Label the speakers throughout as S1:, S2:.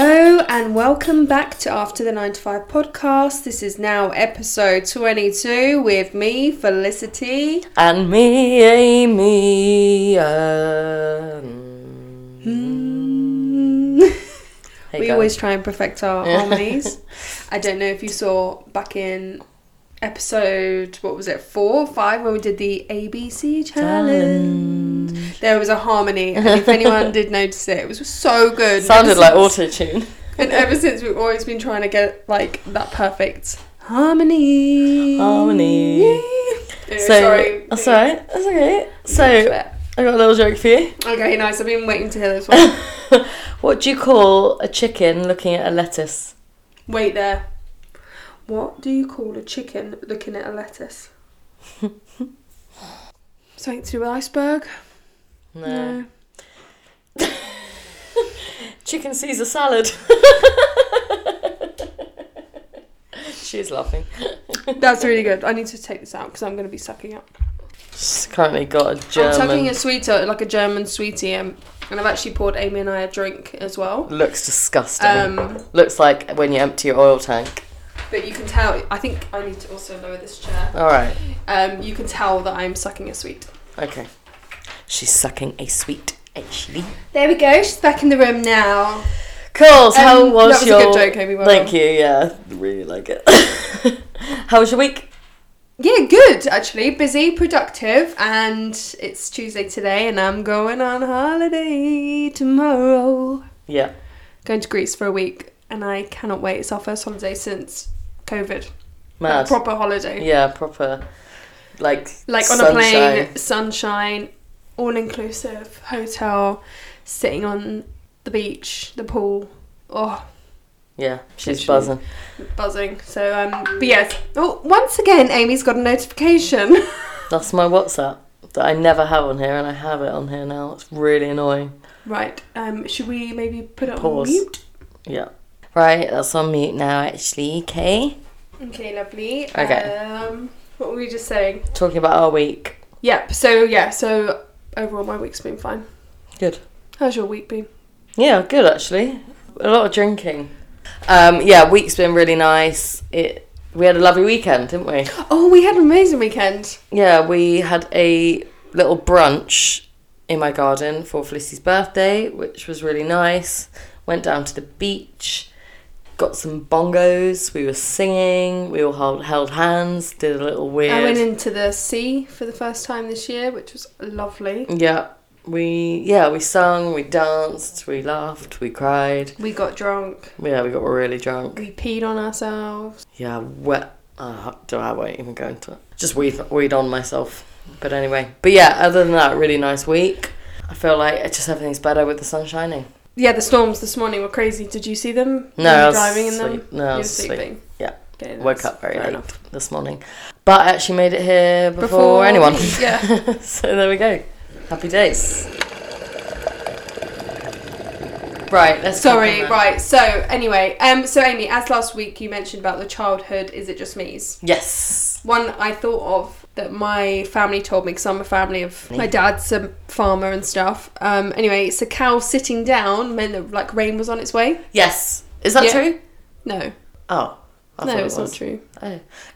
S1: and welcome back to After the 9 to 5 podcast. This is now episode 22 with me, Felicity.
S2: And me, Amy. Um,
S1: Mm.
S2: there you
S1: we
S2: go.
S1: always try and perfect our harmonies. I don't know if you saw back in episode, what was it, four, five, when we did the ABC challenge. There was a harmony, and if anyone did notice it, it was so good.
S2: sounded
S1: Ever
S2: like
S1: since-
S2: auto tune.
S1: And ever since we've always been trying to get like that perfect harmony.
S2: Harmony.
S1: Yay. Anyway, sorry.
S2: that's alright. That's okay. So I got a little joke for you.
S1: Okay, nice. I've been waiting to hear this one.
S2: What do you call a chicken looking at a lettuce?
S1: Wait there. What do you call a chicken looking at a lettuce? Something to do with iceberg? No.
S2: Chicken Caesar salad. She's laughing.
S1: That's really good. I need to take this out because I'm going to be sucking up.
S2: She's currently got a German.
S1: I'm sucking a sweeter, like a German sweetie, um, and I've actually poured Amy and I a drink as well.
S2: Looks disgusting.
S1: Um,
S2: Looks like when you empty your oil tank.
S1: but you can tell, I think I need to also lower this chair.
S2: All right.
S1: Um, you can tell that I'm sucking a sweet.
S2: Okay. She's sucking a sweet. Actually,
S1: There we go. She's back in the room now.
S2: cool. So how
S1: Um, that
S2: was,
S1: was a
S2: your?
S1: good joke, Amy, well
S2: Thank
S1: done.
S2: you. Yeah, really like it. how was your week?
S1: Yeah, good actually. Busy, productive, and it's Tuesday today, and I'm going on holiday tomorrow.
S2: Yeah.
S1: Going to Greece for a week, and I cannot wait. It's our first holiday since COVID. Like,
S2: Mad.
S1: proper holiday.
S2: yeah, proper. Like
S1: Like on a
S2: sunshine.
S1: plane, sunshine, all inclusive, hotel, sitting on the beach, the pool. Oh,
S2: Yeah, she's
S1: Literally.
S2: buzzing.
S1: buzzing. So, um, but yes. Oh, once again, Amy's got a notification.
S2: That's my WhatsApp that I never have on here, and I have it on here now. It's really annoying.
S1: right. Um, should we maybe put it
S2: Pause.
S1: on mute?
S2: Yeah. Right, that's on mute now. Actually, okay.
S1: Okay, lovely.
S2: Okay.
S1: Um, what were we just saying?
S2: Talking about our week.
S1: Yep. So yeah. So overall, my week's been fine.
S2: Good.
S1: How's your week been?
S2: Yeah, good actually. A lot of drinking. Um, yeah, week's been really nice. It we had a lovely weekend, didn't we?
S1: Oh, we had an amazing weekend.
S2: Yeah, we had a little brunch in my garden for Felicity's birthday, which was really nice. Went down to the beach, got some bongos. We were singing. We all held, held hands. Did a little weird.
S1: I went into the sea for the first time this year, which was lovely.
S2: Yeah, we yeah we sung, we danced, we laughed, we cried.
S1: We got drunk.
S2: Yeah, we got really drunk.
S1: We peed on ourselves.
S2: Yeah, well, uh, do I won't even go into it. Just weed, weed on myself. But anyway, but yeah, other than that, really nice week. I feel like it just everything's better with the sun shining.
S1: Yeah, the storms this morning were crazy. Did you see them? Were
S2: No,
S1: you
S2: I was
S1: driving in them.
S2: asleep. No, I
S1: you were
S2: was asleep.
S1: sleeping.
S2: Yeah.
S1: Okay,
S2: Woke
S1: that's
S2: up very
S1: fair
S2: late
S1: enough.
S2: this morning, but I actually made it here before, anyone.
S1: yeah.
S2: so there we go. Happy days. Right, let's. crack
S1: Sorry,
S2: on then.
S1: right. So anyway, um, so Amy, as last week you mentioned about the childhood, is it just me's?
S2: Yes.
S1: One I thought of that my family told me because I'm a family of my dad's a farmer and stuff. Um, anyway, it's a cow sitting down meant that like rain was on its way.
S2: Yes. Is that
S1: Yeah.
S2: true?
S1: No,
S2: Oh. I
S1: no,
S2: thought it
S1: it's
S2: was.
S1: not true.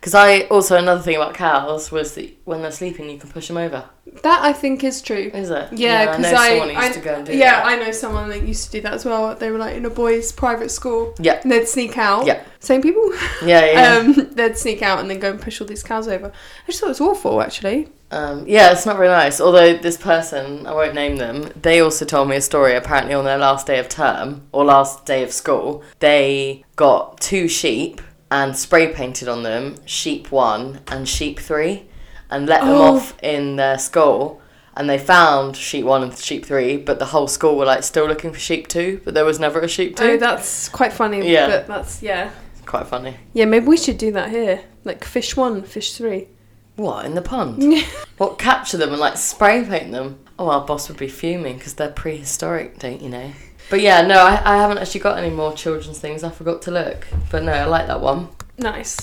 S2: Because Oh. I also another thing about cows was that when they're sleeping, you can push them over.
S1: That I think is true.
S2: Is it?
S1: Yeah,
S2: know
S1: because I,
S2: someone who
S1: I-
S2: used to go and do
S1: yeah,
S2: that.
S1: I know someone that used to do that as well. They were like in a boys' private school.
S2: Yeah.
S1: and they'd sneak out.
S2: Yeah.
S1: same people.
S2: yeah, yeah.
S1: Um, they'd sneak out and then go and push all these cows over. I just thought it was awful, actually.
S2: Um, yeah, it's not very nice. Although this person, I won't name them, they also told me a story. Apparently, on their last day of term or last day of school, they got two sheep and spray painted on them sheep one and sheep three, and let them
S1: Oh.
S2: off in their school. And they found sheep one and sheep three, but the whole school were like still looking for sheep two, but there was never a sheep two.
S1: Oh, that's quite funny.
S2: Yeah.
S1: but that's yeah.
S2: Quite funny.
S1: Yeah, maybe we should do that here. Like fish one, fish three.
S2: What in the pond? What capture them and like spray paint them? Oh, our boss would be fuming because they're prehistoric, don't you know? But yeah, no, I, I haven't actually got any more children's things. I forgot to look, but no, I like that one.
S1: nice.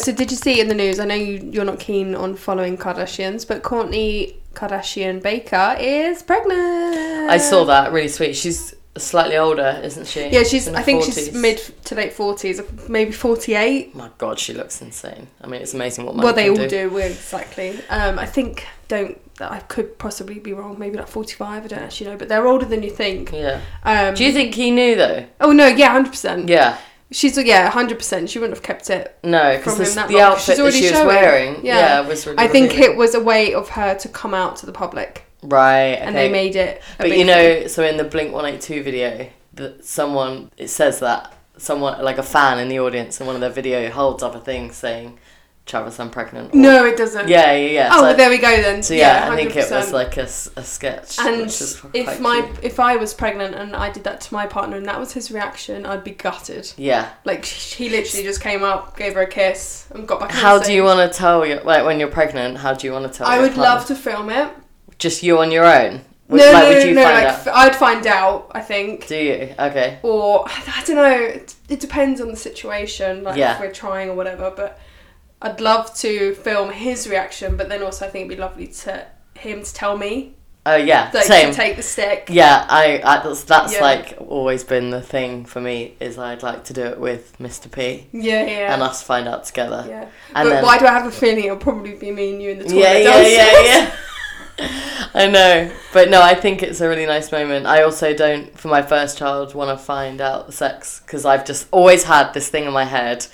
S1: So did you see in the news? I know you, you're not keen on following Kardashians, but Courtney Kardashian Baker is pregnant.
S2: I saw that really sweet. She's slightly older, isn't she?
S1: Uh, Yeah, she's.
S2: In her
S1: I think
S2: 40s.
S1: she's mid to late forties, maybe forty-eight.
S2: My God, she looks insane. I mean, it's amazing what money
S1: Well, they
S2: can
S1: all do. we're exactly. Um, I think don't. I could possibly be wrong. Maybe like forty-five. I don't actually know, but they're older than you think.
S2: Yeah.
S1: Um,
S2: Do you think he knew though?
S1: oh no, yeah, hundred percent.
S2: Yeah.
S1: She's yeah, hundred percent. She wouldn't have kept it.
S2: No, because
S1: From him
S2: the
S1: that long. She's
S2: outfit that
S1: already
S2: she was
S1: showing.
S2: wearing,
S1: Yeah.
S2: yeah, was. Really
S1: I think
S2: revealing.
S1: it was a way of her to come out to the public,
S2: Right.
S1: and
S2: okay.
S1: they made it. A
S2: But
S1: big thing.
S2: you know, so in the Blink One Eight Two video, that someone it says that someone like a fan in the audience in one of their video holds up a thing saying, "Travis, I'm pregnant." or-
S1: no, it doesn't.
S2: Yeah, yeah, yeah.
S1: Oh,
S2: so,
S1: well, there we go then.
S2: so yeah, I think it
S1: 100%.
S2: was like a, s- a sketch.
S1: And
S2: which is quite
S1: if my
S2: cute.
S1: if I was pregnant and I did that to my partner and that was his reaction, I'd be gutted.
S2: yeah,
S1: Like he literally just came up, gave her a kiss, and got back. on
S2: how
S1: the
S2: do
S1: stage.
S2: you want to tell your like when you're pregnant? How do you want to tell?
S1: I
S2: your
S1: would
S2: partner?
S1: love to film it.
S2: just you on your own. Would-
S1: no,
S2: like,
S1: no,
S2: would
S1: no,
S2: you
S1: no.
S2: find
S1: like
S2: out?
S1: f- I'd find out. I think.
S2: Do you? Okay.
S1: Or I don't know. It, it depends on the situation. Like
S2: Yeah.
S1: if we're trying or whatever. But I'd love to film his reaction. But then also, I think it'd be lovely to him to tell me
S2: Oh yeah,
S1: like
S2: same.
S1: to take the stick.
S2: Yeah, I, I that's, that's
S1: Yeah.
S2: like always been the thing for me is I'd like to do it with Mr. P
S1: Yeah, yeah.
S2: and us find out together.
S1: yeah.
S2: And
S1: but
S2: then
S1: why do I have a feeling it'll probably be me and you in the toilet?
S2: yeah, yeah,
S1: downstairs?
S2: yeah, yeah. I know, but no, I think it's a really nice moment. I also don't, for my first child, want to find out the sex because I've just always had this thing in my head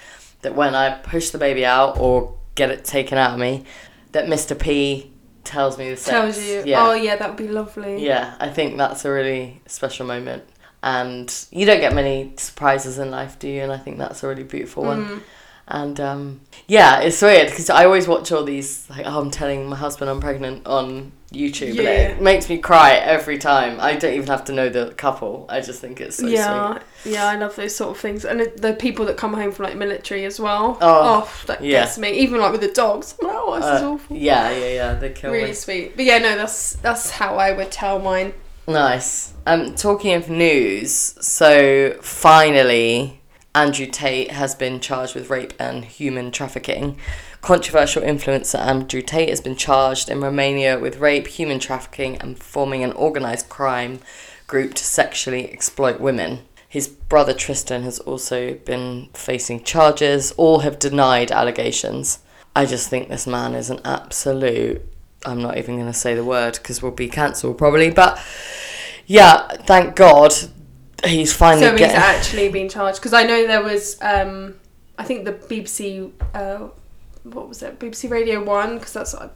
S2: that when I push the baby out or get it taken out of me, that Mr. P tells me the sex.
S1: Tells you. Oh yeah, that would be lovely.
S2: Yeah, I think that's a really special moment. And you don't get many surprises in life, do you? And I think that's a really beautiful one.
S1: Mm.
S2: And um, yeah, it's weird because I always watch all these, like, oh, I'm telling my husband I'm pregnant on YouTube.
S1: Yeah.
S2: And it makes me cry every time. I don't even have to know the couple. I just think it's so sweet.
S1: yeah, yeah, I love those sort of things, and it, the people that come home from like military as well.
S2: Oh,
S1: that
S2: yeah.
S1: gets me. Even like with the dogs, I'm like, oh, this is
S2: Uh,
S1: awful.
S2: Yeah, yeah, yeah. They kill
S1: really
S2: me.
S1: sweet. But yeah, no, that's that's how I would tell mine.
S2: Nice. Um, talking of news, so finally, Andrew Tate has been charged with rape and human trafficking. Controversial influencer Andrew Tate has been charged in Romania with rape, human trafficking, and forming an organised crime group to sexually exploit women. His brother Tristan has also been facing charges. All have denied allegations. I just think this man is an absolute. I'm not even going to say the word because we'll be cancelled probably. But yeah, thank God he's finally
S1: so he's
S2: getting.
S1: actually been charged because I know there was, um, I think the BBC, uh, what was it, BBC Radio One, because that's I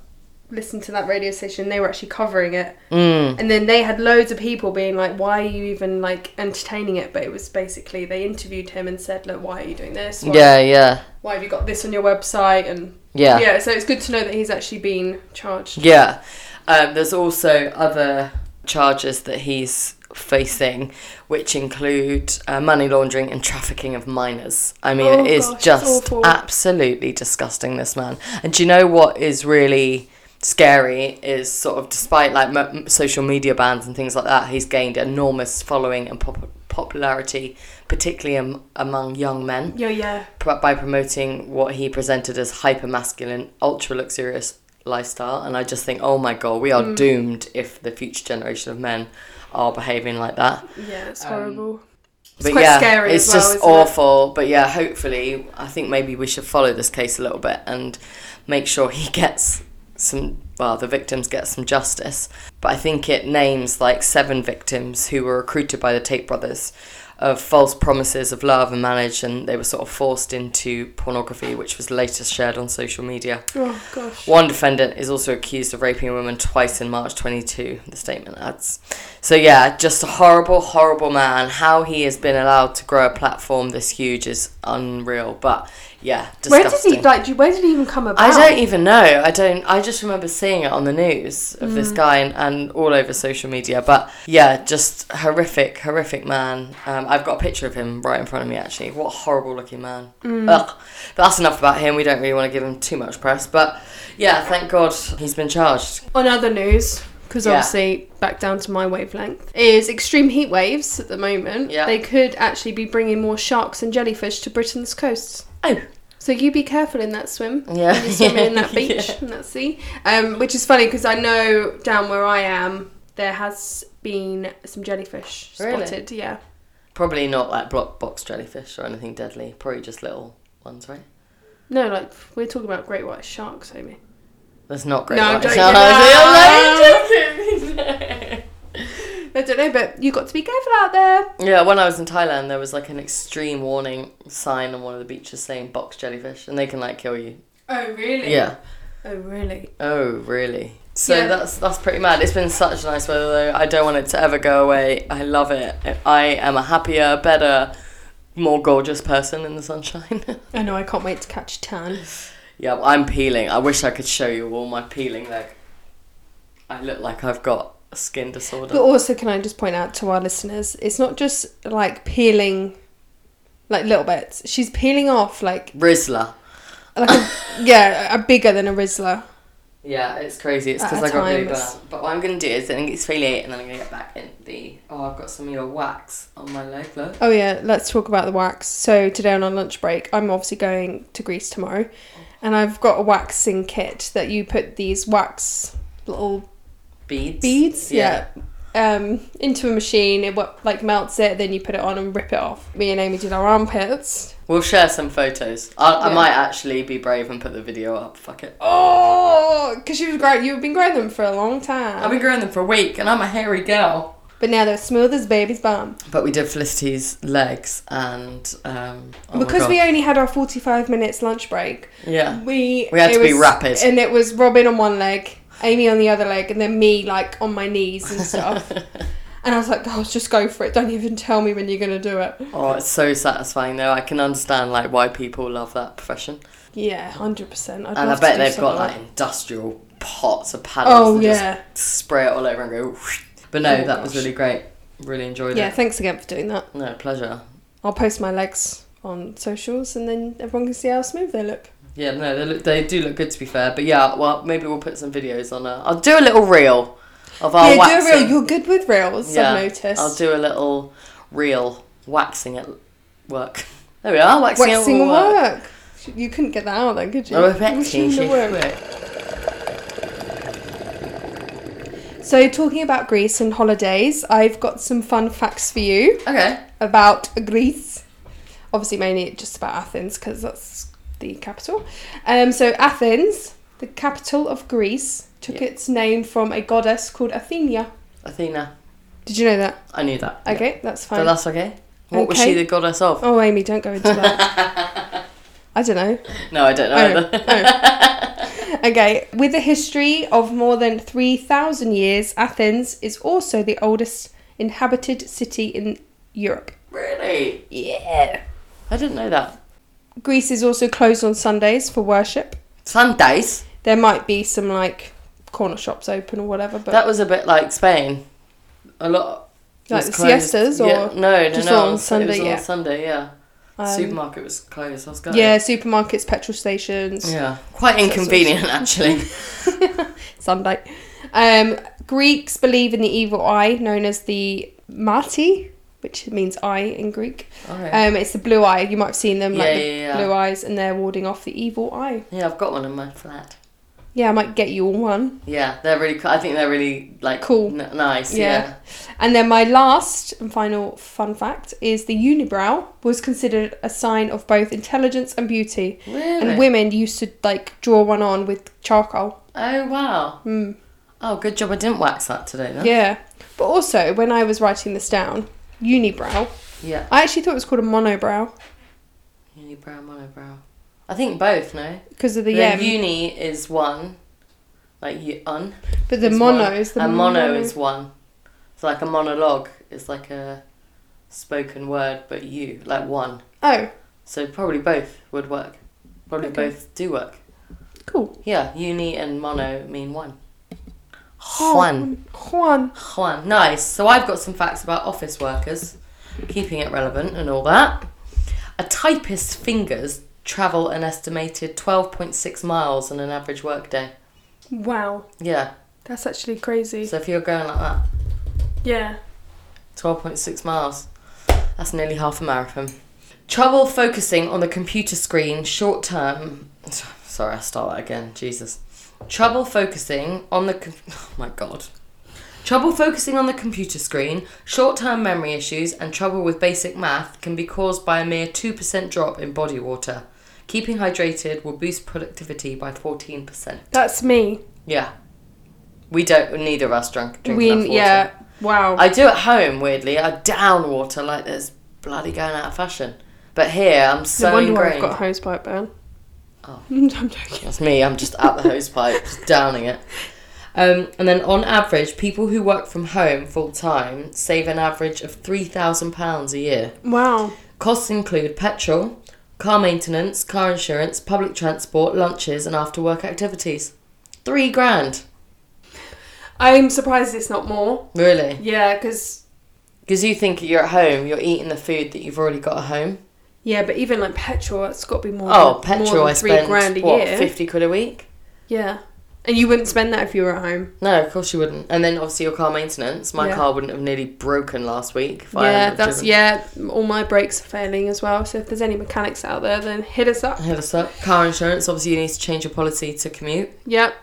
S1: listened to that radio station. They were actually covering it,
S2: Mm,
S1: and then they had loads of people being like, "Why are you even like entertaining it?" But it was basically they interviewed him and said, "Look, why are you doing this? Why
S2: yeah, yeah,
S1: why have you got this on your website and
S2: yeah.
S1: yeah, so it's good to know that he's actually been charged
S2: Yeah. Um, there's also other charges that he's facing, which include uh, money laundering and trafficking of minors. I mean,
S1: Oh,
S2: it is
S1: gosh, it's
S2: just
S1: awful.
S2: absolutely disgusting, this man. And do you know what is really scary is sort of despite like m- m- social media bans and things like that, he's gained enormous following and pop- popularity, particularly am among young men
S1: yeah yeah
S2: pro- by promoting what he presented as hyper masculine, ultra luxurious lifestyle. And I just think, oh my god, we are doomed if the future generation of men are behaving like that.
S1: yeah it's
S2: Um,
S1: horrible it's
S2: but
S1: quite
S2: yeah,
S1: scary
S2: it's
S1: as well,
S2: just
S1: isn't it?
S2: awful. But yeah, hopefully, I think maybe we should follow this case a little bit and make sure he gets some. Well, the victims get some justice, but I think it names like seven victims who were recruited by the Tate brothers of false promises of love and marriage, and they were sort of forced into pornography, which was later shared on social media.
S1: oh gosh
S2: One defendant is also accused of raping a woman twice in March 22, the statement adds. So, yeah, just a horrible, horrible man. How he has been allowed to grow a platform this huge is unreal. But, yeah,
S1: where did
S2: disgusting.
S1: he like do- where did he even come about
S2: I don't e- even know. I don't. I just remember seeing it on the news of
S1: Mm.
S2: this guy and, and all over social media. But yeah, just horrific, horrific man. Um, I've got a picture of him right in front of me. Actually, what a horrible looking man.
S1: Mm.
S2: Ugh. But that's enough about him. We don't really want to give him too much press. But yeah, thank God he's been charged.
S1: on other news because
S2: Yeah.
S1: obviously back down to my wavelength is extreme heat waves at the moment
S2: Yeah.
S1: they could actually be bringing more sharks and jellyfish to britain's coasts
S2: Oh,
S1: so you be careful in that swim
S2: yeah.
S1: when you're swimming in that beach
S2: Yeah.
S1: and that sea. Um, which is funny because I know down where I am, there has been some jellyfish
S2: Really?
S1: spotted. Yeah.
S2: Probably not like block box jellyfish or anything deadly. Probably just little ones, right?
S1: No, like we're talking about great white sharks, homie.
S2: That's not great.
S1: No, I'm
S2: white
S1: joking.
S2: sharks. I'm joking.
S1: I don't know, but you got to be careful out there.
S2: Yeah, when I was in Thailand, there was like an extreme warning sign on one of the beaches saying box jellyfish, and they can like kill you.
S1: Oh really?
S2: Yeah.
S1: Oh really?
S2: Oh, really? So
S1: Yeah.
S2: that's that's pretty mad. It's been such nice weather though. I don't want it to ever go away. I love it. I am a happier, better, more gorgeous person in the sunshine.
S1: I know. I can't wait to catch a tan.
S2: yeah, I'm peeling. I wish I could show you all my peeling. Like, I look like I've got a skin disorder.
S1: But also, can I just point out to our listeners, it's not just like peeling, like little bits. She's peeling off like
S2: Rizzler.
S1: like a, yeah, a bigger than a Rizzler.
S2: Yeah, it's crazy. It's
S1: At
S2: because
S1: a
S2: I got
S1: time,
S2: really
S1: it's-
S2: burnt. But what I'm gonna do is then exfoliate and then I'm gonna get back in the. Oh, I've got some of your wax on my leg. Look.
S1: Oh yeah, let's talk about the wax. So today on our lunch break, I'm obviously going to Greece tomorrow, and I've got a waxing kit that you put these wax little
S2: Beads.
S1: beads, yeah, um, into a machine. It wa- like melts it, then you put it on and rip it off. Me and Amy did our armpits.
S2: We'll share some photos. I, I
S1: Yeah.
S2: might actually be brave and put the video up. Fuck it.
S1: Oh, because you was growing, you've been growing them for a long time.
S2: I've been growing them for a week and I'm a hairy girl.
S1: But now they're smooth as baby's bum.
S2: But we did Felicity's legs and. Um, oh my
S1: because
S2: God.
S1: we only had our 45 minutes lunch break,
S2: Yeah.
S1: we...
S2: We had
S1: it
S2: to be
S1: was-
S2: rapid.
S1: And it was Robin on one leg, Amy on the other leg, and then me, like, on my knees and stuff. and I was like, oh, just go for it. Don't even tell me when you're going to do it.
S2: Oh, it's so satisfying though. I can understand like why people love that profession.
S1: Yeah, 100%. I'd
S2: And I
S1: love
S2: bet
S1: to do
S2: they've got
S1: something
S2: like industrial pots of paddles.
S1: Oh,
S2: that just
S1: yeah.
S2: spray it all over and go. whoosh. But no,
S1: Oh,
S2: that was
S1: gosh.
S2: really great. Really enjoyed
S1: Yeah,
S2: it.
S1: thanks again for doing that.
S2: No pleasure.
S1: I'll post my legs on socials and then everyone can see how smooth they look.
S2: Yeah, no, they look, they do look good to be fair. But yeah, well, maybe we'll put some videos on. Uh, I'll do a little reel of our
S1: yeah, do
S2: waxing.
S1: a reel. You're good with reels,
S2: Oh, Yeah,
S1: I've noticed.
S2: I'll do a little reel waxing at work. There we are, waxing,
S1: Waxing
S2: at work.
S1: work. You couldn't get that out though, could you?
S2: Oh, waxing
S1: Wishing the
S2: at
S1: work.
S2: work.
S1: So, talking about Greece and holidays, I've got some fun facts for you
S2: Okay.
S1: about Greece. Obviously, mainly just about Athens because that's the capital. Um, so, Athens, the capital of Greece, took
S2: Yeah.
S1: its name from a goddess called Athena.
S2: Athena.
S1: Did you know that?
S2: I knew that.
S1: Okay, that's
S2: So
S1: fine.
S2: that's okay. What was
S1: Okay.
S2: she the goddess of?
S1: Oh, Amy, don't go into that. I don't know.
S2: No, I don't know
S1: Oh,
S2: either.
S1: oh. Okay, with a history of more than 3,000 years, Athens is also the oldest inhabited city in Europe.
S2: Really?
S1: Yeah.
S2: I didn't know that.
S1: Greece is also closed on Sundays for worship.
S2: Sundays?
S1: There might be some like corner shops open or whatever, but
S2: That was a bit like Spain. A lot.
S1: Like
S2: was
S1: the
S2: closed-
S1: siestas
S2: Yeah,
S1: or
S2: no, no,
S1: just
S2: no.
S1: on
S2: it was
S1: Sunday,
S2: on
S1: yeah.
S2: Sunday, yeah.
S1: um,
S2: Supermarket was closed. I was going.
S1: yeah, supermarkets, petrol stations,
S2: Yeah. Quite inconvenient, actually.
S1: Um, Sunday. Um, Greeks believe in the evil eye, known as the mati, which means eye in Greek.
S2: Okay.
S1: Um, it's the blue eye. You might have seen them, like
S2: Yeah,
S1: the
S2: yeah, yeah.
S1: blue eyes, and they're warding off the evil eye.
S2: yeah, I've got one in my flat.
S1: Yeah, I might get you all one.
S2: Yeah, they're really. co- I think they're really like
S1: Cool.
S2: n- nice.
S1: Yeah.
S2: Yeah.
S1: And then my last and final fun fact is the unibrow was considered a sign of both intelligence and beauty,
S2: Really?
S1: and women used to like draw one on with charcoal.
S2: oh wow.
S1: Mm.
S2: Oh, good job. I didn't wax that today. Then.
S1: Yeah, but also when I was writing this down, unibrow,
S2: Yeah.
S1: I actually thought it was called a monobrow
S2: Uni brow, mono brow. I think both. No.
S1: because of the, um,
S2: The
S1: M,
S2: uni is one, like you un.
S1: but the
S2: is
S1: mono
S2: one,
S1: is the
S2: and mono, is one. It's like a monologue. It's like a spoken word, but you like one.
S1: oh
S2: So probably both would work. Probably
S1: Okay.
S2: both do work.
S1: cool
S2: Yeah, uni and mono mean one. Juan.
S1: Juan Oh, Juan
S2: Juan. Nice. So I've got some facts about office workers, keeping it relevant and all that. A typist's fingers travel an estimated 12.6 miles on an average workday.
S1: wow
S2: Yeah.
S1: that's actually crazy
S2: So if you're going like that,
S1: yeah
S2: 12.6 miles. That's nearly half a marathon. Trouble focusing on the computer screen short term. Sorry, I'll start that again. Jesus. Trouble focusing on the. Com- oh my god. Trouble focusing on the computer screen, short term memory issues, and trouble with basic math can be caused by a mere 2% drop in body water. Keeping hydrated will boost productivity by 14%.
S1: That's me.
S2: Yeah. We don't, neither of us drunk, drink
S1: we,
S2: enough water.
S1: yeah. Wow.
S2: I do at home, weirdly. I down water like there's bloody going out of fashion. But here, I'm so
S1: no wonder why I've
S2: ingrained.
S1: got hose pipe burn.
S2: Oh.
S1: I'm joking.
S2: That's me. I'm just at the hose pipe, just downing it. Um, and then, on average, people who work from home full time save an average of three thousand pounds a year.
S1: Wow.
S2: Costs include petrol, car maintenance, car insurance, public transport, lunches, and after work activities. Three grand,
S1: I'm surprised it's not more.
S2: really?
S1: Yeah, because
S2: Because you think you're at home, you're eating the food that you've already got at home.
S1: yeah, but even like petrol, it's got to be more.
S2: Oh,
S1: than, more
S2: petrol!
S1: than
S2: I
S1: three
S2: spend
S1: grand a
S2: what
S1: year.
S2: fifty quid a week.
S1: Yeah, and you wouldn't spend that if you were at home.
S2: No, of course you wouldn't. And then obviously your car maintenance. My
S1: Yeah.
S2: car wouldn't have nearly broken last week. if I hadn't
S1: yeah,
S2: have
S1: that's
S2: driven.
S1: yeah. All my brakes are failing as well. So if there's any mechanics out there, then hit us up.
S2: Hit us up. Car insurance, obviously, you need to change your policy to commute.
S1: Yep.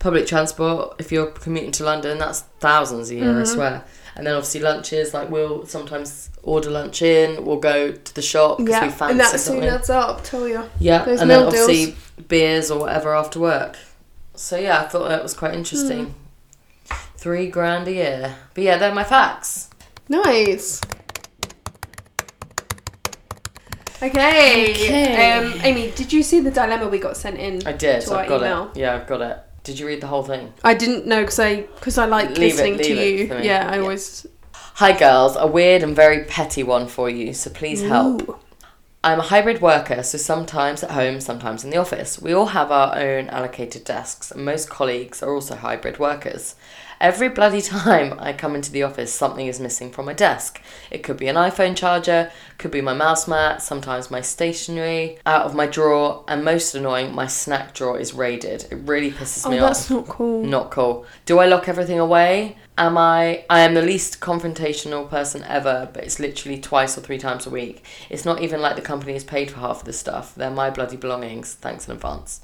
S2: Public transport, if you're commuting to London, that's thousands a year, I swear. And then obviously lunches, like we'll sometimes order lunch in, we'll go to the shop because we
S1: Yeah,
S2: fancy
S1: and that soon
S2: something.
S1: adds up. Tell you.
S2: yeah,
S1: those
S2: and then
S1: meal deals.
S2: obviously beers or whatever after work. So yeah, I thought that was
S1: Hmm.
S2: quite interesting. Three grand a year. But yeah, they're my facts.
S1: Nice. Okay.
S2: Okay.
S1: Um, Amy, did you see the dilemma we got sent in?
S2: I did,
S1: To
S2: so
S1: our
S2: I've got
S1: email.
S2: it. Yeah, I've got it. Did you read the whole thing?
S1: I didn't know because I because I like
S2: Leave it-
S1: listening
S2: leave
S1: to
S2: it
S1: you.
S2: for me.
S1: yeah, I
S2: Yeah.
S1: always.
S2: Hi girls, a weird and very petty one for you, so please help.
S1: Ooh.
S2: I'm a hybrid worker, so sometimes at home, sometimes in the office. We all have our own allocated desks, and most colleagues are also hybrid workers. Every bloody time I come into the office, something is missing from my desk. It could be an iPhone charger, could be my mouse mat, sometimes my stationery out of my drawer, and most annoying, my snack drawer is raided. It really pisses
S1: Oh,
S2: me off. Mm.
S1: that's not cool.
S2: Not cool. Do I lock everything away? Am I? I am the least confrontational person ever, but it's literally twice or three times a week. It's not even like the company is paid for half of this stuff. They're my bloody belongings. Thanks in advance.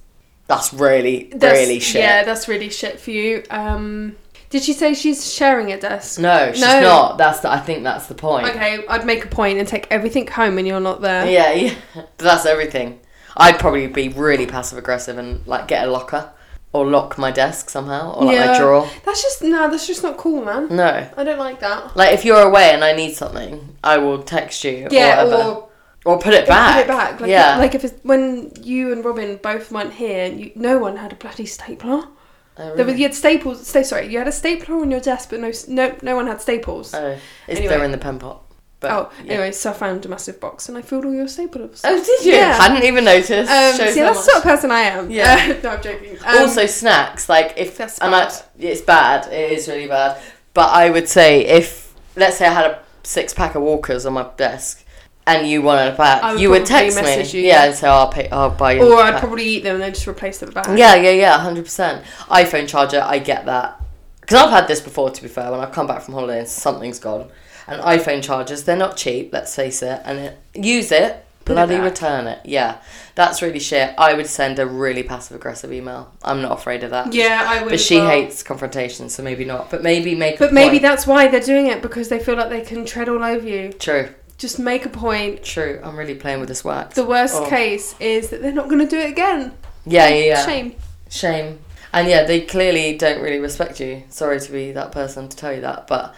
S2: That's really,
S1: That's-
S2: really shit.
S1: Yeah, that's really shit for you. Um, did she say she's sharing a desk?
S2: No, she's
S1: No.
S2: not. That's the, I think that's the point.
S1: Okay, I'd make a point and take everything home when you're not there.
S2: Yeah, yeah. But that's everything. I'd probably be really passive aggressive and like get a locker or lock my desk somehow or like my
S1: Yeah.
S2: drawer.
S1: That's just no. That's just not cool, man.
S2: No.
S1: I don't like that.
S2: Like if you're away and I need something, I will text you.
S1: Yeah,
S2: or, whatever.
S1: or
S2: Or put it back.
S1: put it back. Like,
S2: yeah.
S1: like if it's, when you and Robin both went here, you, no one had a bloody stapler.
S2: oh,
S1: There
S2: really?
S1: was, you had staples. Sta- sorry, you had a stapler on your desk, but no, s- no, no one had staples.
S2: oh, it's
S1: Anyway.
S2: there in the pen pot. But,
S1: oh,
S2: yeah.
S1: anyway, so I found a massive box and I filled all your staples.
S2: Oh, did you?
S1: Yeah.
S2: Hadn't even noticed.
S1: Um,
S2: Shows
S1: see,
S2: how
S1: that's
S2: much-
S1: the sort of person I am.
S2: Yeah.
S1: Uh, no, I'm joking. Um,
S2: also snacks. Like if
S1: That's
S2: and I-
S1: bad.
S2: it's bad. It is really bad. But I would say if let's say I had a six pack of Walkers on my desk. And you wanted a pack,
S1: I would
S2: you would
S1: probably
S2: text
S1: message
S2: me.
S1: you,
S2: yeah,
S1: yeah.
S2: and so I'll pay, I'll buy you.
S1: or
S2: a
S1: I'd
S2: pack.
S1: probably eat them and then just replace them back.
S2: Yeah, yeah, yeah, hundred percent. iPhone charger, I get that because I've had this before. To be fair, when I've come back from holiday and something's gone, and iPhone chargers, they're not cheap. Let's face it, and it, use it,
S1: Put it
S2: bloody
S1: back.
S2: return it. Yeah, that's really shit. I would send a really passive aggressive email. I'm not afraid of that.
S1: Yeah, I would.
S2: but
S1: as
S2: she
S1: well.
S2: hates confrontation, so maybe not. But maybe make. a
S1: But maybe
S2: point.
S1: that's why they're doing it because they feel like they can tread all over you.
S2: true,
S1: Just make a point.
S2: true. I'm really playing with this wax.
S1: The worst
S2: Oh.
S1: case is that they're not going to do it again.
S2: yeah, yeah, yeah.
S1: Shame.
S2: Shame. And yeah, they clearly don't really respect you. Sorry to be that person to tell you that, but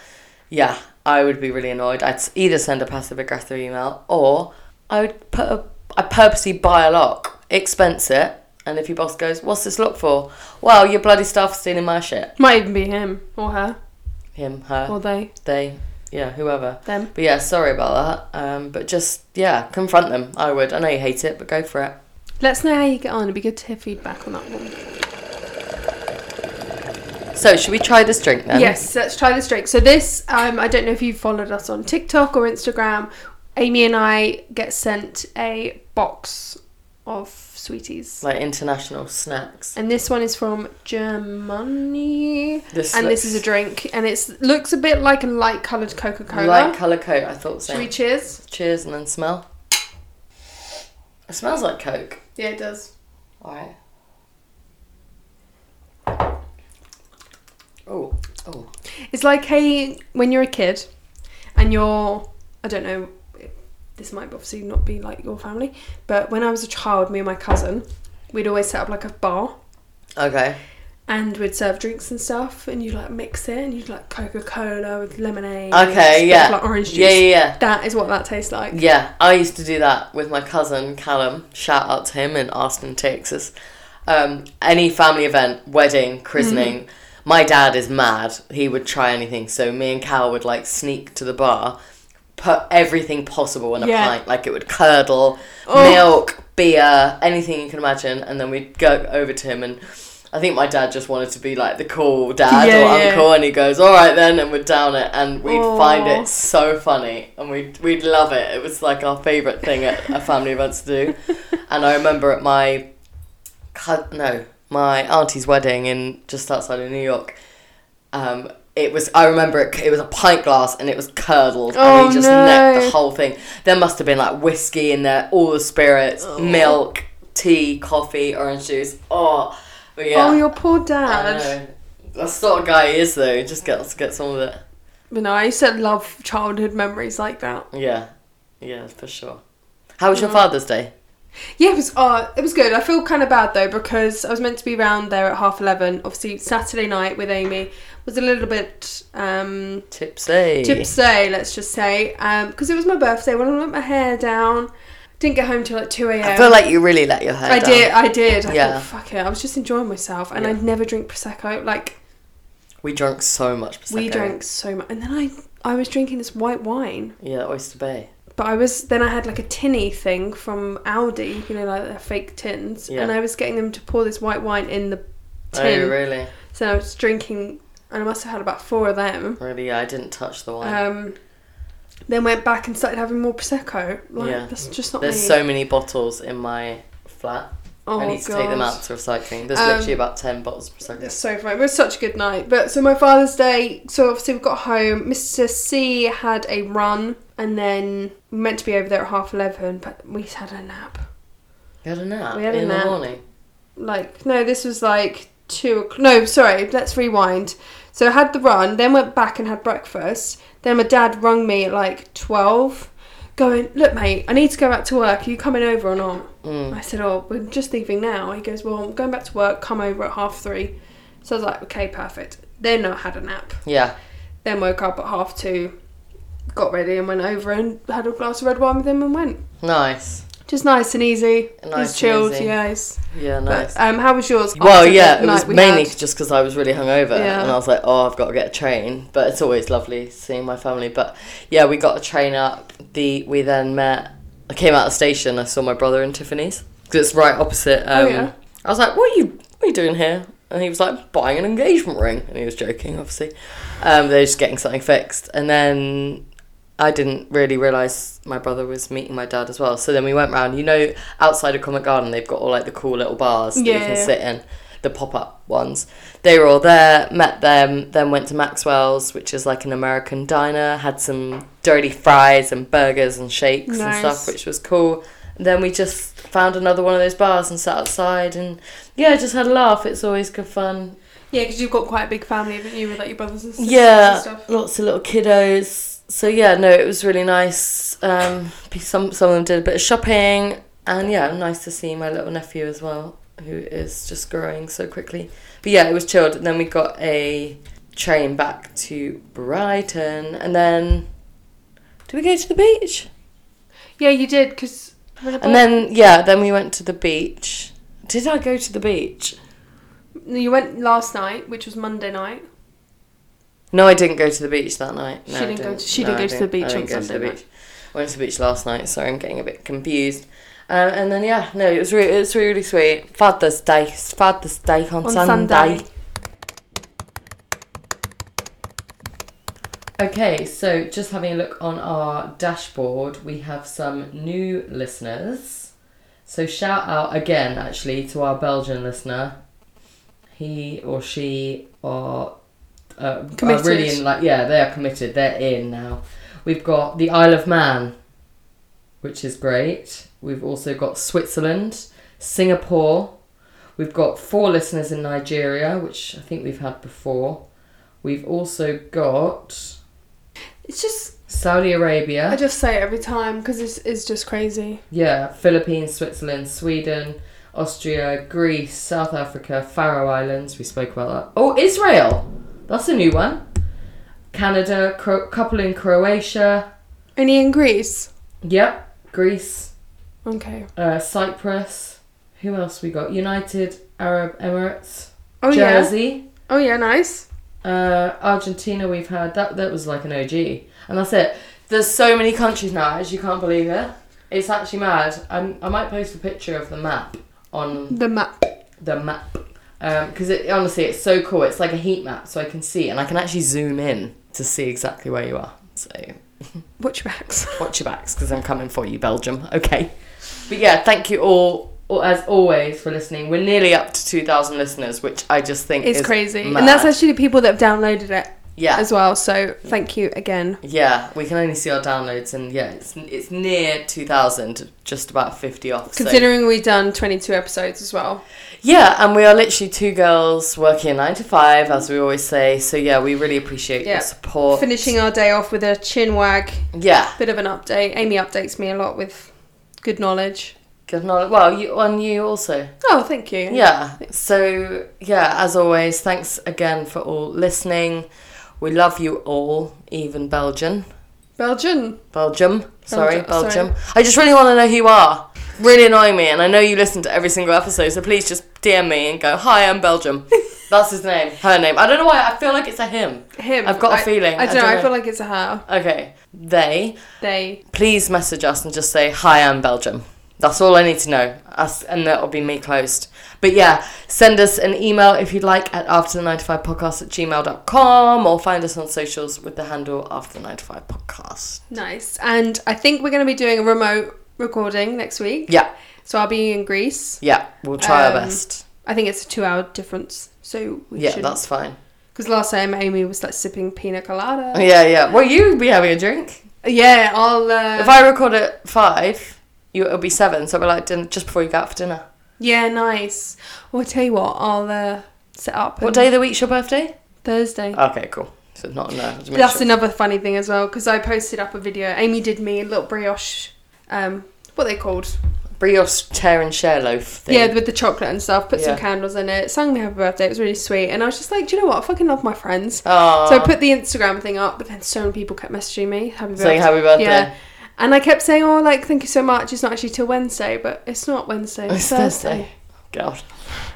S2: yeah, I would be really annoyed. I'd s- either send a passive aggressive email or I would put a I purposely buy a lock, expense it, and if your boss goes, "What's this lock for?" Well, your bloody staff stealing my shit.
S1: Might even be him or her
S2: Him, her,
S1: or they,
S2: they, yeah, whoever.
S1: them.
S2: But yeah, sorry about that. Um, but just yeah, confront them. I would. I know you hate it, but go for it.
S1: Let us know how you get on. It'd be good to hear feedback on that one.
S2: So should we try this drink then?
S1: Yes, let's try this drink. So this, um, I don't know if you followed us on TikTok or Instagram. Amy and I get sent a box of sweeties,
S2: Like international snacks.
S1: and this one is from Germany.
S2: This
S1: and
S2: looks-
S1: this is a drink, and it looks a bit like a light coloured Coca Cola.
S2: Light colour coat, I thought so.
S1: Should we cheers?
S2: Cheers and then smell. It smells like Coke.
S1: Yeah, it does.
S2: Alright. Oh, oh.
S1: It's like a when you're a kid, and you're I don't know. This might obviously not be like your family, but when I was a child, me and my cousin, we'd always set up like a bar
S2: Okay.
S1: and we'd serve drinks and stuff, and you like mix it, and you'd like Coca Cola with lemonade. and
S2: Okay.
S1: stuff
S2: Yeah.
S1: Like orange juice.
S2: Yeah, yeah, yeah.
S1: That is what that tastes like.
S2: Yeah, I used to do that with my cousin Callum. Shout out to him in Austin, Texas. Um, any family event, wedding, christening,
S1: Mm-hmm.
S2: my dad is mad. He would try anything. So me and Cal would like sneak to the bar, put everything possible in a
S1: Yeah.
S2: pint. Like it would curdle,
S1: Oh.
S2: milk, beer, anything you can imagine. And then we'd go over to him and. I think my dad just wanted to be like the cool dad
S1: Yeah,
S2: or
S1: yeah.
S2: uncle, and he goes, "All right then," and we'd down it, and we'd find
S1: Aw.
S2: it so funny and we'd, we'd love it. It was like our favourite thing at a family events to do. And I remember at my, cou- no, my auntie's wedding in just outside of New York, um, it was, I remember it, it was a pint glass and it was curdled and
S1: Oh,
S2: we just necked
S1: no.
S2: the whole thing. There must have been like whiskey in there, all the spirits,
S1: Oh.
S2: milk, tea, coffee, orange juice. Oh, but yeah.
S1: Oh, your poor
S2: I
S1: dad.
S2: know. That's the sort of guy he is though. He just gets, gets on with it.
S1: But no, I used to love childhood memories like that.
S2: Yeah, yeah, for sure. How
S1: Mm.
S2: was your Father's Day?
S1: Yeah, it was. Uh, it was good. I feel kind of bad though because I was meant to be round there at half eleven. Obviously, Saturday night with Amy was a little bit um,
S2: Tipsy.
S1: tipsy. Let's just say because it was my birthday. When I let my hair down, didn't get home till like two a.m.
S2: I feel like you really let your hair
S1: I
S2: down.
S1: did. I did. I
S2: Yeah.
S1: thought, fuck it. I was just enjoying myself, and
S2: Yeah.
S1: I never drink prosecco. Like
S2: We drank so much. Prosecco.
S1: we drank so much, and then I I was drinking this white wine.
S2: Yeah, Oyster Bay.
S1: But I was then I had like a tinny thing from Aldi, you know, like their fake tins,
S2: Yeah.
S1: and I was getting them to pour this white wine in the tin.
S2: Oh, really?
S1: So I was drinking, and I must have had about four of them.
S2: Really? Yeah, I didn't touch the wine.
S1: Um, then went back and started having more prosecco. Like
S2: Yeah.
S1: that's just not
S2: There's
S1: me.
S2: so many bottles in my flat.
S1: oh,
S2: I need to take them
S1: God.
S2: out to recycling. There's
S1: Um,
S2: literally about ten bottles of Prosecco.
S1: It's so funny. It was such a good night. But so my Father's Day. So obviously we got home. Mr. C had a run, and then we meant to be over there at half eleven, but we had a nap.
S2: We had a nap
S1: We had a
S2: in
S1: nap.
S2: the morning.
S1: Like no, this was like two. o'clock. No, sorry. Let's rewind. So I had the run, then went back and had breakfast. Then my dad rung me at like twelve, going, "Look, mate, I need to go back to work. Are you coming over or not?"
S2: Mm.
S1: I said, "Oh, we're just leaving now." He goes, "Well, I'm going back to work. Come over at half three. So I was like, "Okay, perfect." Then I had a nap.
S2: Yeah.
S1: Then woke up at half two, got ready, and went over and had a glass of red wine with him and went.
S2: Nice.
S1: Just nice and easy.
S2: Nice and
S1: He's chilled.
S2: easy.
S1: Yeah. He's,
S2: Yeah, nice.
S1: but, um, how was yours?
S2: Well,
S1: after
S2: yeah,
S1: the
S2: it was
S1: night we
S2: mainly
S1: had?
S2: just because I was really hungover,
S1: Yeah.
S2: and I was like, "Oh, I've got to get a train." But it's always lovely seeing my family. But yeah, we got a train up. The we then met. I came out of the station. I saw my brother and Tiffany's because it's right opposite. Um,
S1: Oh, yeah.
S2: I was like, "What are you? What are you doing here?" And he was like, "Buying an engagement ring," and he was joking, obviously. Um, they're just getting something fixed, and then I didn't really realise my brother was meeting my dad as well. So then we went round, you know, outside of Comet Garden, they've got all like the cool little bars that you
S1: Yeah.
S2: can sit in, the pop up ones. They were all there, met them, then went to Maxwell's, which is like an American diner, had some dirty fries and burgers and shakes and
S1: Nice.
S2: stuff, which was cool. And then we just found another one of those bars and sat outside and yeah, just had a laugh. It's always good fun.
S1: Yeah, because you've got quite a big family, haven't you, with like your brothers and sisters
S2: yeah,
S1: and stuff.
S2: lots of little kiddos. So yeah, no, it was really nice. Um, p- some some of them did a bit of shopping, and yeah, nice to see my little nephew as well, who is just growing so quickly. But yeah, it was chilled. And then we got a train back to Brighton, and then did we go to the beach?
S1: Yeah, you did because.
S2: And then yeah, then we went to the beach. Did I go to the beach?
S1: you went last night, which was Monday night.
S2: No, I didn't go to the beach that night.
S1: She
S2: No, I
S1: didn't go to- she didn't
S2: I
S1: go to the
S2: didn't-
S1: beach
S2: I
S1: on
S2: didn't go to the
S1: Sunday night.
S2: beach. I went to the beach last night, sorry, I'm getting a bit confused. Um, and then yeah, no, it was really, it was really sweet. Father's Day, it's Father's Day on,
S1: On
S2: Sunday.
S1: Sunday.
S2: Okay, so just having a look on our dashboard, we have some new listeners. So shout out again, actually, to our Belgian listener. He or she are, uh, are
S1: Committed.
S2: really in like yeah, they are committed. They're in now. We've got the Isle of Man, which is great. We've also got Switzerland, Singapore. We've got four listeners in Nigeria, which I think we've had before. We've also got
S1: It's just
S2: Saudi
S1: I
S2: Arabia.
S1: just say it every time because it's, it's just crazy.
S2: Yeah, Philippines, Switzerland, Sweden, Austria, Greece, South Africa, Faroe Islands. We spoke about that. Oh, Israel. That's a new one. Canada, Cro- couple in Croatia.
S1: Only in Greece.
S2: Yep, Greece,
S1: Okay.
S2: uh, Cyprus. Who else we got? United Arab Emirates,
S1: Oh yeah.
S2: Jersey,
S1: Oh yeah. Nice.
S2: uh, Argentina. We've had that. That was like an OG, and that's it. There's so many countries now, as you can't believe it. It's actually mad. i I might post a picture of the map on
S1: The map.
S2: the map because it honestly it's so cool it's like a heat map so i can see and i can actually zoom in to see exactly where you are so
S1: Watch your backs.
S2: watch your backs because i'm coming for you belgium okay but yeah thank you all all- as always for listening we're nearly up to 2000 listeners which i just think
S1: It's
S2: is
S1: crazy,
S2: mad.
S1: and that's actually the people that have downloaded it
S2: yeah
S1: as well. So thank you again.
S2: yeah we can only see our downloads and yeah it's, it's near 2000 just about 50 off so-
S1: Considering we've done 22 episodes as well.
S2: yeah and we are literally two girls working a nine to five as we always say so yeah we really appreciate
S1: Yeah.
S2: your support
S1: Finishing our day off with a chin wag,
S2: yeah
S1: bit of an update. Amy updates me a lot with good knowledge.
S2: Good knowledge. Well, you on you also.
S1: Oh, thank you.
S2: Yeah. So yeah, as always, thanks again for all listening. We love you all, even Belgian.
S1: Belgian.
S2: Belgium. Sorry,
S1: Belgi-
S2: Belgium. I just really want to know who you are. Really annoy me, and I know you listen to every single episode, so please just DM me and go, Hi, I'm Belgium. That's his name, her name. I don't know why, I feel like it's a him.
S1: Him.
S2: I've got a
S1: I-
S2: feeling.
S1: I don't, know, I feel like it's a her.
S2: Okay, they.
S1: They.
S2: Please message us and just say, Hi, I'm Belgium. That's all I need to know. Us, and that'll be me closed. But yeah, send us an email if you'd like at after the 95 podcast at gmail.com or find us on socials with the handle after the 95 podcast.
S1: Nice. And I think we're going to be doing a remote recording next week.
S2: Yeah,
S1: So I'll be in Greece.
S2: yeah, we'll try
S1: Um,
S2: our best.
S1: I think it's a two hour difference. So we
S2: Yeah,
S1: should.
S2: that's fine.
S1: Because last time Amy was like sipping pina colada.
S2: Yeah, yeah. Well, you be having a drink.
S1: Yeah, I'll. Uh,
S2: If I record at five, you it'll be seven, so we're like din- just before you go out for dinner.
S1: yeah, nice. Well, I tell you what, I'll uh, set up.
S2: What
S1: and-
S2: day of the week's your birthday?
S1: Thursday.
S2: Okay, cool. So not no. just make
S1: That's
S2: sure.
S1: another funny thing as well because I posted up a video. Amy did me a little brioche, um, what are they called?
S2: brioche tear and share loaf thing.
S1: Yeah, with the chocolate and stuff. Put some
S2: Yeah.
S1: candles in it. Sang me happy birthday. It was really sweet, and I was just like, do you know what? I fucking love my friends.
S2: Oh.
S1: So I put the Instagram thing up, but then so many people kept messaging me happy birthday.
S2: saying happy birthday.
S1: Yeah. And I kept saying, oh, like, thank you so much. It's not actually till Wednesday, but it's not Wednesday. It's,
S2: Oh, It's
S1: Thursday.
S2: Thursday. God.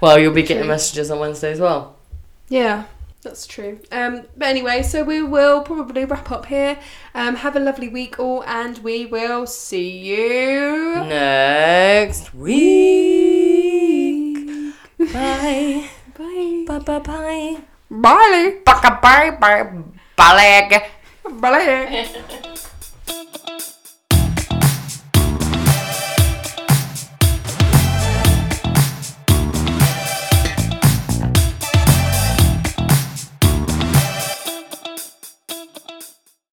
S2: Well, you'll be getting
S1: True.
S2: messages on Wednesday as well.
S1: Yeah, that's true. Um, but anyway, so we will probably wrap up here. Um, have a lovely week, all, and we will see you.
S2: Next week. Bye.
S1: Bye.
S2: Bye bye bye.
S1: Bye.
S2: Bye bye bye. Bye.
S1: Bye.